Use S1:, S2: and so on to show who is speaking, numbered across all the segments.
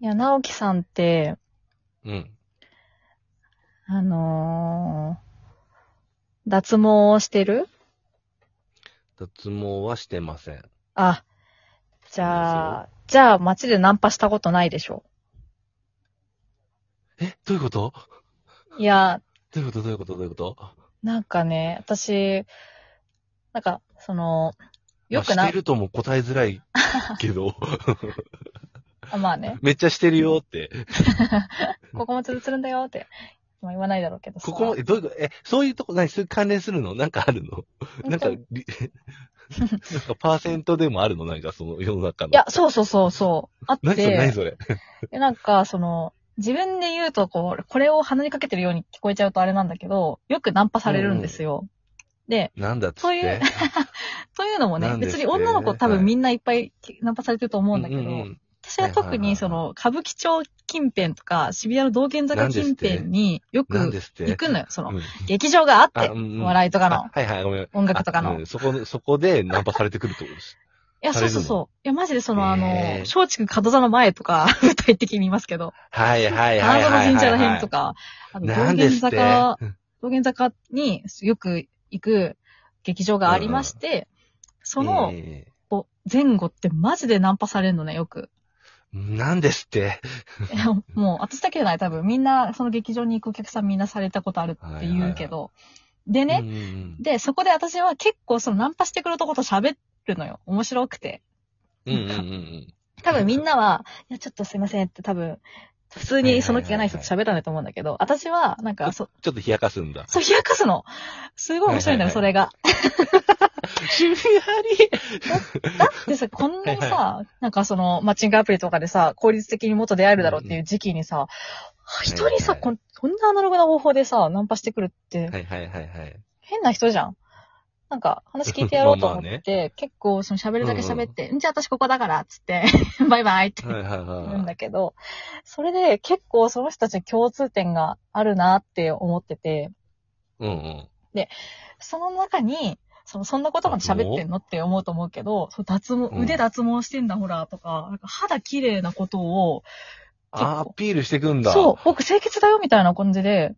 S1: いや、直樹さんって、
S2: うん。
S1: あのー脱毛をしてる
S2: 脱毛はしてません。
S1: あ、じゃあ、じゃあ街でナンパしたことないでしょ。
S2: え、どういうこと
S1: いや、
S2: どういうことどういうことどういうこと
S1: なんかね、私、なんか、その、よく
S2: まあ
S1: な
S2: して、るとも答えづらいけ ど、
S1: あまあね、
S2: めっちゃしてるよって。
S1: ここも続するんだよって、まあ言わないだろうけどさ
S2: ここも、え、どういうことえ、そういうとこ、何、そういう関連するのなんかあるのなんか、
S1: い
S2: りなんかパーセントでもあるのなんかその世の中の。
S1: や、そうそうそうそう。あっ
S2: 何それ何
S1: て、
S2: それ
S1: でなんか、その、自分で言うと、こう、これを鼻にかけてるように聞こえちゃうとあれなんだけど、よくナンパされるんですよ。で、
S2: なんだっつって。
S1: そういうというのも
S2: な
S1: ね、
S2: んです
S1: 別
S2: って
S1: に女の子多
S2: は
S1: 分
S2: い
S1: みんないっぱいナンパされてると思うんだけど、
S2: うんうん
S1: 私は特にそ
S2: は
S1: の歌舞伎町近辺とか渋谷の道玄坂近辺によ
S2: うん。なん
S1: く
S2: ですって。
S1: 行くのよ。その
S2: うん
S1: 劇場があって、
S2: あうんうん
S1: 笑いとかの
S2: あはいはい、ごめん。
S1: 音楽とかの。
S2: あう
S1: い
S2: んそこ、そこでナンパされてくるってこ とです。
S1: や、
S2: さ
S1: そ
S2: れ
S1: う
S2: るの
S1: そうそう。いや、マジでそのあの、
S2: へー
S1: 松竹角座の前とか、 具体的に言いますけど、
S2: はいはいは
S1: 花
S2: い
S1: 園
S2: はいはい。
S1: 神社ら辺とか、あの
S2: な
S1: 道
S2: んで
S1: 玄
S2: すって
S1: 坂、道玄坂によく行く劇場がありまして、その
S2: ええ
S1: こう前後ってマジでナンパされるのね、よく。
S2: なんですって。
S1: いや もう、私だけじゃない、多分、みんな、その劇場に行くお客さんみんなされたことあるって言うけど。で
S2: う
S1: ね、
S2: んうん
S1: で、そこで私は結構そのナンパしてくるとこと喋るのよ。面白くて。
S2: うん。うんうんうん
S1: 多分みんなは、いや、ちょっとすいませんって多分、普通にその気がない人と喋ったんだと思うんだけど、私は、なんか、そ、
S2: ちょっと冷やかすんだ。
S1: そう、冷やかすの。すごい面白いんだよ、
S2: はいは
S1: そ
S2: いは
S1: れが。
S2: シビ
S1: だってさ、こんなにさ、なんかその、マッチングアプリとかでさ、効率的にもっと出会えるだろうっていう時期にさ、人にさ、
S2: はいはい
S1: こんこんなアナログな方法でさ、ナンパしてくるって、
S2: はいはいはいはい。
S1: 変な人じゃん。なんか、話聞いてやろうと思っ
S2: まあま
S1: て、結構、その喋るだけ喋って、んじゃあ私ここだから、っつって、 バイバイって
S2: はいはい
S1: 言うん
S2: は
S1: だけど、それで結構その人たちに共通点があるなって思ってて、
S2: い。うんうん。
S1: その中に、その、そんなことまで喋ってんのって思うと思うけど、そう脱毛、
S2: うん
S1: 腕脱毛してんだ、ほら、とか、なんか肌綺麗なことを、
S2: あーアピールしてくんだ。
S1: そう、僕清潔だよ、みたいな感じで、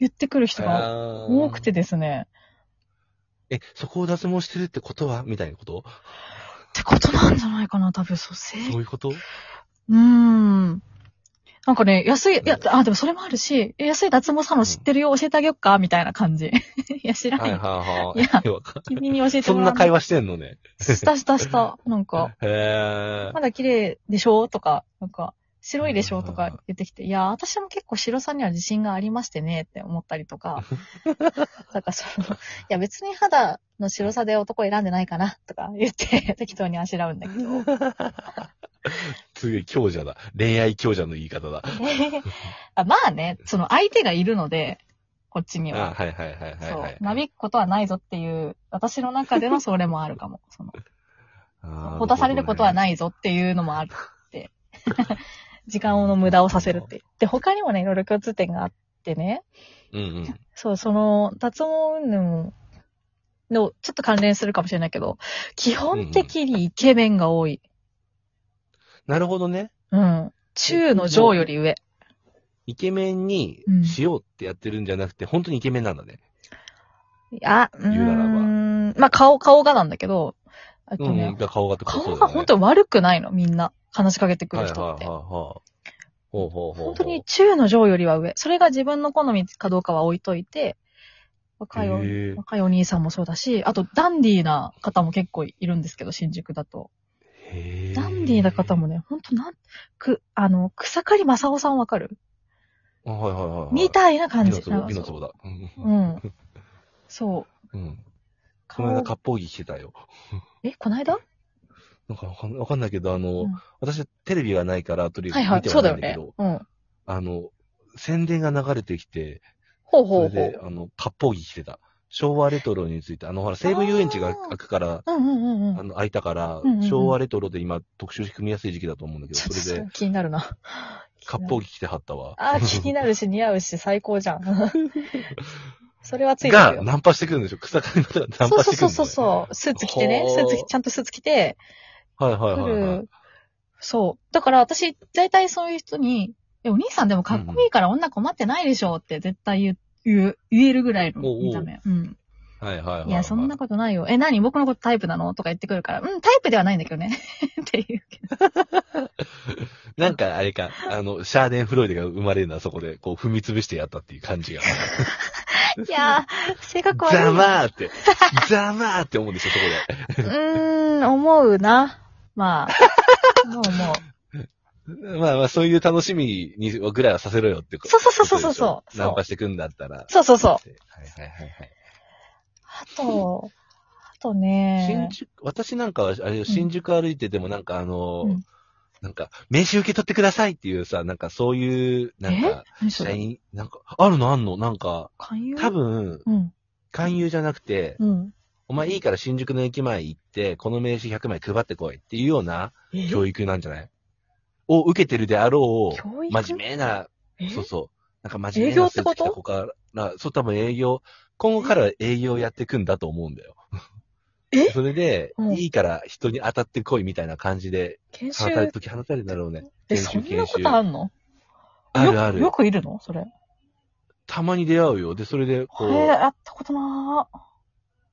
S1: 言ってくる人が
S2: あー
S1: 多くて。ですね、
S2: え、そこを脱毛してるってことはみたいなこと
S1: ってことなんじゃないかな、多分、そう、清
S2: そういうこと
S1: うーん。なんかね、安い、いや
S2: う、
S1: あ、でもそれもあるし、え安い脱毛サロン知ってるよ、教えてあげよっか、みたいな感じ。い や、知ら
S2: は
S1: ないい。
S2: はいはい
S1: や
S2: いえわかん。
S1: 君に教えて
S2: そ
S1: も
S2: ん
S1: ら
S2: な
S1: う。
S2: 会話してんのね。
S1: したしたした。なんか、
S2: へ ー
S1: まだ綺麗でしょとか、なんか、白いでしょと
S2: はいはい
S1: か言ってきて、いや、私も結構白さには自信がありましてね、って思ったりと か。だからその、いや、別に肌の白さで男選んでないかな、とか言って、適当にあしらうん だけど。
S2: すげえ強者だ。恋愛強者の言い方だ。
S1: あまあね、その相手がいるので、こっちには
S2: あ。はいはいはいはい
S1: そ
S2: は
S1: う
S2: い。。
S1: なびくことはないぞっていう、私の中でのそれもあるかも。その、
S2: あー。
S1: こたされることはいないぞっていうのもあって。 時間の無駄をさせるっていう。で、他にもね、いろいろ共通点があってね。
S2: うんうん。
S1: そう、その、脱毛云々の、ちょっと関連するかもしれないけど、基本的にイケメンが多い。
S2: なるほどね。
S1: うん。中の上より上。
S2: イケメンにしようってやってるんじゃなくて、本当にイケメンなんだね。
S1: いや、うー
S2: 言うならば
S1: ん。まあ、顔、顔がなんだけど、あと
S2: うん、
S1: ね、
S2: うん。が顔がとか
S1: 顔が本当に悪くないの、みんな。話しかけてくる人って
S2: はいはい。はいはい。ほうほうほうほう。
S1: 本当に中の上よりは上。それが自分の好みかどうかは置いといて、若いお,、
S2: へえ
S1: 若いお兄さんもそうだし、あとダンディーな方も結構いるんですけど、新宿だと。
S2: へー
S1: ダンディーな方。もね、ほんとなん、く、あの、草刈正雄さんわかる
S2: あはいはいはいはい。
S1: みたいな感
S2: 美の
S1: じ。
S2: 壺、美
S1: なん
S2: の
S1: かそう
S2: 壺だ。うん
S1: うん。そう。
S2: うん。こ
S1: 顔
S2: の間、割烹着着てたよ。
S1: え、こないだ
S2: なんかわかんわかんないけど、あの、
S1: うん
S2: 私、テレビがないから、とり
S1: は
S2: あえ
S1: い
S2: ず
S1: は
S2: 見
S1: い。
S2: て
S1: そ
S2: は
S1: うだ
S2: ない
S1: よ
S2: んだけ
S1: ねう
S2: ど、。
S1: ん。
S2: あの、宣伝が流れてきて、
S1: ほう
S2: そ
S1: ほう
S2: れ
S1: ほう
S2: で、。あの、割烹着着てた。昭和レトロについて、あの、ほら、西武遊園地が開くから、
S1: うんうんうん
S2: あ
S1: うん。
S2: の、開いたから
S1: うんうんうん、
S2: 昭和レトロで今、特集組みやすい時期だと思うんだけど、
S1: ちょっ
S2: そ
S1: と
S2: れ
S1: そ
S2: で
S1: れ、気になるな。
S2: 割烹着着てはったわ。
S1: あー、気になるし、似合うし、最高じ ゃん。それはついてる
S2: が、
S1: よ。
S2: ナンパしてくるんでしょ草刈りの方がナン
S1: そう
S2: パ
S1: そ
S2: し
S1: う
S2: てくるん
S1: そう
S2: だよ
S1: そうそう。スーツ着てね。
S2: ほ
S1: ス
S2: ー
S1: ーツ、ちゃんとスーツ着て、
S2: はいはい
S1: 来
S2: はいはい。
S1: る。そう。だから私、大体そういう人に、え、お兄さんでもかっこいいから女困ってないでしょって絶対言う、言う言えるぐらいの
S2: おうおう
S1: 見た目。うん。
S2: はいはいはいはい。
S1: いや、そんなことないよ。え、何僕のことタイプなのとか言ってくるから、うん、タイプではないんだけどね。 っていうけど。
S2: なんかあれか、あの、シャーデンフロイデが生まれるのはそこで、こう踏み潰してやったっていう感じが。
S1: いやー、性格 悪い。
S2: ざまーって、ざまーって思うんでしょ、そこで。
S1: うーん、思うな。 まあ。もうもう。
S2: まあまあ、そういう楽しみにぐらいはさせろよってこと
S1: そうそうそうそうそう
S2: ことでしょナンパしてくんだったら。
S1: そうそうそう。
S2: はいはいはいは
S1: あと、あと
S2: い。新
S1: ね。
S2: 宿、私なんかは、あれよ、新宿歩いててもなんかあの、
S1: うん
S2: なんか、名刺受け取ってくださいっていうさ、なんかそういう、なんか、
S1: 何そ
S2: 社
S1: れ
S2: 員、なんか、あるのあんのなんか、
S1: 勧誘
S2: 多分、
S1: うん。
S2: 勧誘じゃなくて、
S1: うん。
S2: お前いいから新宿の駅前行って、この名刺100枚配ってこいっていうような
S1: え
S2: 教育なんじゃないを受けてるであろう、
S1: 教育
S2: 真面目な
S1: え
S2: そうそう。なんか真面目
S1: 営業
S2: な
S1: って
S2: ス
S1: こ
S2: ー
S1: と
S2: ツ着た子から、そう多分営業、今後からは営業やっていくんだと思うんだよ。
S1: え
S2: それで、
S1: うん
S2: いいから人に当たってこいみたいな感じで、
S1: 研
S2: 放
S1: 修
S2: たれ、時放たれるんだろうね。
S1: え、
S2: 研
S1: そ
S2: 修
S1: んな
S2: 研
S1: こ
S2: 修
S1: と。あんの
S2: あるあ
S1: よ
S2: る
S1: く。よくいるのそれ。へ
S2: たまに出会うよ。で、それで、こ
S1: え、
S2: う、
S1: やったことな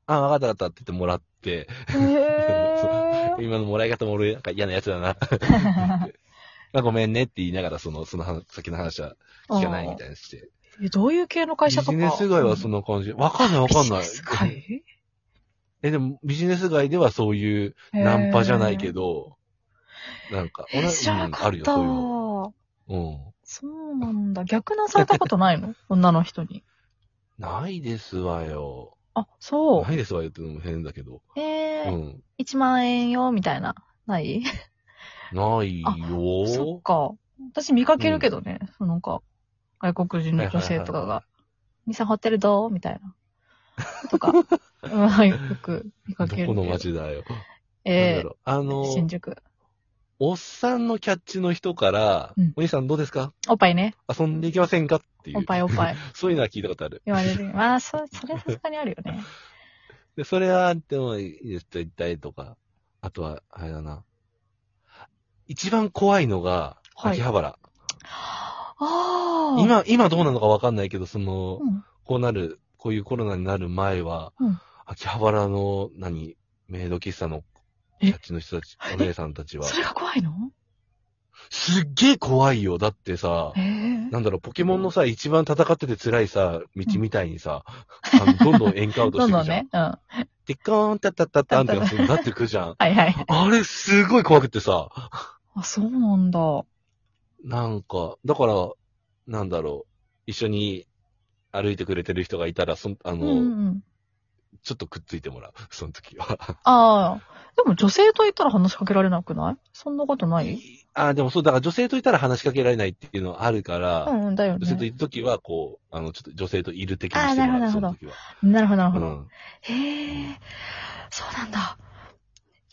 S2: あ、わかったわかったって言ってもらって、
S1: ーへ
S2: 今のもらい方も俺、なんか嫌なやつだな。
S1: え。
S2: まあごめんねって言いながら、その、その話先の話は聞かないみたいにして。
S1: えどういう系の
S2: ビ
S1: 会社とか
S2: ジネス街はそんな感じ。わかんないわかんない
S1: ビジネス。界
S2: え、でも、ビジネス街ではそういう、ナンパじゃないけ。ど、なんか、
S1: へ
S2: 俺
S1: え知ら
S2: う
S1: なんか
S2: あ
S1: っ
S2: るよ、
S1: た。
S2: そういうの。うん。
S1: そうなんだ。逆なされたことないの女の人に。
S2: ないですわよ。
S1: あ、そう
S2: な。いですわよってのも変だけど。
S1: え
S2: う
S1: ー、
S2: ん。
S1: 1万円よ、みたいな。ない
S2: ない
S1: そっ
S2: よ。
S1: か。私見かけるけどね、そのなんか、外国人の女性とか
S2: はいはいはいは
S1: が、ミサホテルどうみたいな。と か、うん、はいよく見か
S2: ど
S1: けるけ
S2: こ
S1: ど。
S2: の街だよ。なん
S1: え
S2: だろうあ
S1: え
S2: の、
S1: 新宿。
S2: おっさんのキャッチの人から、
S1: うん
S2: お兄さんどうですか
S1: おっぱいね。
S2: 遊んでいきませんかっていう
S1: おっ。ぱいおっぱい。
S2: そういうのは聞いたことある。
S1: 言われ る。まあ、そ、それはさすがにあるよね。
S2: で、それは、でも、いいですと言ったりとか。あとは、あれだな。一番怖いのが、
S1: はい
S2: 秋葉原。
S1: ああ。、
S2: 今、今どうなのかわかんないけど、その、
S1: うん、
S2: こうなる、こういうコロナになる前は、
S1: うん
S2: 秋葉原の、何、メイド喫茶の、キ
S1: え
S2: ャッチの人たち、お姉さんたちは
S1: そ、れが怖いの
S2: すっげえ怖いよ。だってさ
S1: え、え
S2: なんだろう、ポケモンのさ、一番戦ってて辛いさ、道みたいにさ、あのどんどんエンカウント
S1: どん
S2: してく
S1: ど
S2: る
S1: ん
S2: じゃん
S1: ね。。うん。は
S2: でっかーん、たったったったんってなってくじゃん。
S1: いはい。
S2: あれ、すごい怖くってさ、
S1: あ、そうなんだ。
S2: なんか、だから、なんだろう、一緒に歩いてくれてる人がいたら、そんあ
S1: うん
S2: の、
S1: うんうん。
S2: ちょっとくっついてもらう、その時は。
S1: ああ。でも女性と言ったら話しかけられなくないそんなことない
S2: ああ、でもそう、だから女性といたら話しかけられないっていうのはあるから、
S1: うんうん、だよね。
S2: 女性といるときは、こう、あの、ちょっと女性といる的に
S1: あー
S2: してもらう、
S1: なるほ
S2: そ
S1: ど
S2: の時は。
S1: なるほど、なる
S2: う
S1: ほど。
S2: ん。
S1: へえ、そうなんだ。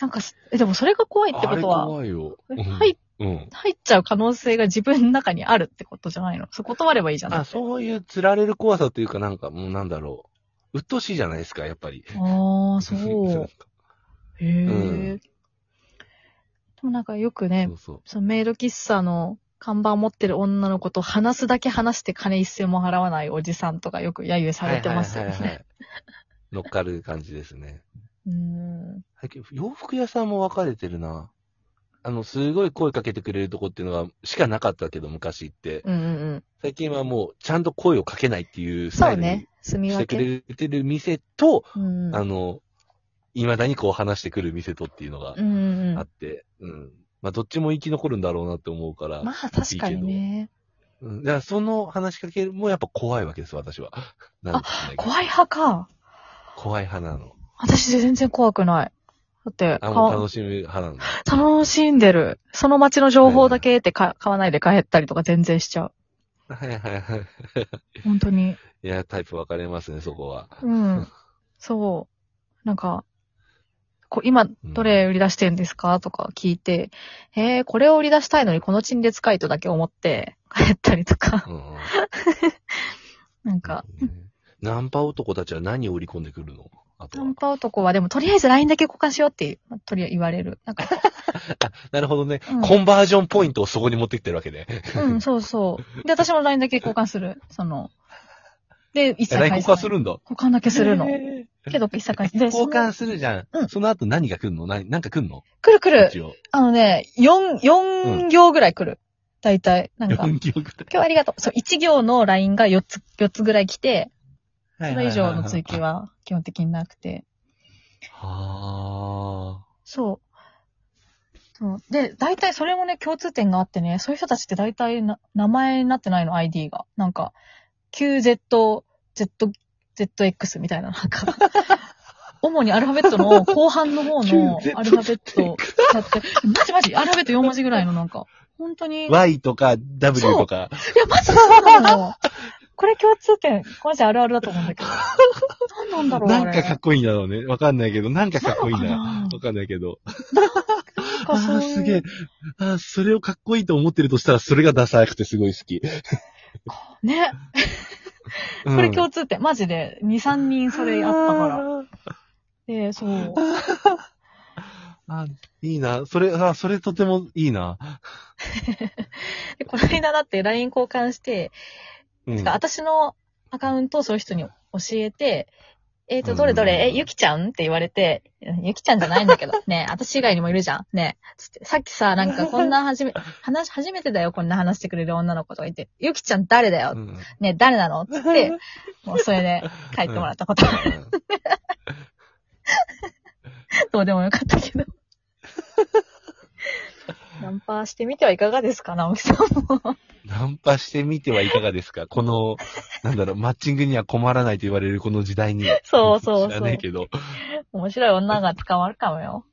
S1: なんかす、え、でもそれが怖いってこと
S2: あれ
S1: は、
S2: 怖いよ。うん
S1: 入
S2: うん。
S1: 入っちゃう可能性が自分の中にあるってことじゃないのそう断ればいいじゃない
S2: あ、そういう釣られる怖さというか、なんか、もうなんだろう。鬱陶しいじゃないですか、やっぱり。
S1: ああ、 そう。へえ、
S2: うん
S1: でもなんかよくね
S2: そ、うそう。
S1: そのメイド喫茶の看板持ってる女の子と話すだけ話して金一銭も払わないおじさんとかよく揶揄されてますよ
S2: はいはいはい
S1: ね。
S2: はい乗っかる感じですね。
S1: うーん。
S2: 最近洋服屋さんも分かれてるな。あの、すごい声かけてくれるとこっていうのが、しかなかったけど、昔って。
S1: うんうんうん。
S2: 最近はもう、ちゃんと声をかけないっていうスタ
S1: そ
S2: イ
S1: う
S2: ルに
S1: ね。住み
S2: し
S1: 分
S2: てく
S1: け。
S2: れてる店と、
S1: うん。
S2: あの、未だにこう話してくる店とっていうのが
S1: うんうん
S2: あ
S1: うん。
S2: って、うん。まあ、どっちも生き残るんだろうなって思うから、
S1: まあ確かにね。
S2: うん。だから、その話しかけもやっぱ怖いわけです、私は。 なんて言うんだっけ
S1: 怖い派か。
S2: 怖い派なの。
S1: 私全然怖くない。だって、
S2: あ、もう
S1: 買わ
S2: 楽しむ派 なの。
S1: 楽しんでる。その街の情報だけってか買わないで帰ったりとか全然しちゃう。
S2: はいはいはい。
S1: 本当に。
S2: いや、タイプ分かれますね、そこ は。
S1: うん。そう。なんか、こう今、どれ売り出してんですかとか聞いて、えー、これを売り出したいのにこの陳列回とだけ思って帰ったりとか、
S2: うんうん。
S1: なんか、
S2: ねナンパ男たちは何を売り込んでくるのあとは
S1: 短。パ男はでも、とりあえず LINE だけ交換しようって、とりあえず言われる。なんか、
S2: なるほどね、
S1: うん
S2: コンバージョンポイントをそこに持ってきてるわけで。
S1: うん、そうそう。で、私も LINE だけ交換する。その、で、一切
S2: え、LINE
S1: 返さない
S2: 交換するんだ。
S1: 交換だけするの。
S2: え
S1: けど、一切返さ
S2: ー
S1: ない。で
S2: 交
S1: その
S2: 換するじゃん。
S1: うん
S2: その後何が来るの何、なんか来るの
S1: くるくる
S2: 一。応。
S1: あのね、4、四行ぐらい来る。大体。なんか、今
S2: 4行ぐ
S1: 日ありがとう。そう、1行の LINE が4つ、四つぐらい来て、
S2: らい。
S1: それ以上の追記。は基本的になくて。
S2: は
S1: そう。そう。で、大体それもね、共通点があってね、そういう人たちって大体な名前になってないの、ID が。なんか、QZ、Z、ZX みたいな、なん か。主にアルファベットの後半の方の
S2: QZX
S1: アルファベットを使って、マジマジ、アルファベット4文字ぐらいのなんか、本当に。い
S2: あ。
S1: や、
S2: Y とか W とか。
S1: マジそうなのよ。これ共通点、これじゃあるあるだと思うんだ けど。何なんだろう、
S2: な
S1: あ
S2: ん
S1: れ。
S2: かかっこいいんだろうね。わかんないけど、なんかかっこいいんだよ。
S1: なのか
S2: わ
S1: な
S2: かんないけど。
S1: なん
S2: あ
S1: かそう
S2: あ、
S1: いう
S2: すげえ。ああ、それをかっこいいと思ってるとしたら、それがダサくてすごい 好き。
S1: ね。
S2: こ
S1: これ共通点、マジで、2、3人それあったから。
S2: ら。
S1: で、そう。
S2: あ、いいな。それ、あ、それとてもいいな。
S1: でこの間だって LINE 交換して、
S2: うん
S1: てか私のアカウントをその人に教えて、えっ、
S2: う
S1: と、
S2: ん
S1: どれどれ、え、ゆきちゃんって言われて、ゆきちゃんじゃないんだけど、ね え私以外にもいるじゃん。ねえつって、さっきさ、なんかこんな初め、話、初めてだよ、こんな話してくれる女の子とか言って、ゆきちゃん誰だよ、
S2: うん
S1: ねえ誰なのっつって、もうそれで帰ってもらったこと、どうでもよかったけど。ナンパしてみてはいかがですか、直樹さんも。
S2: ナンパしてみてはいかがですかこの、なんだろう、マッチングには困らないと言われるこの時代に。
S1: そうそうそう
S2: 知らないけど。
S1: 面白い女が捕まるかもよ。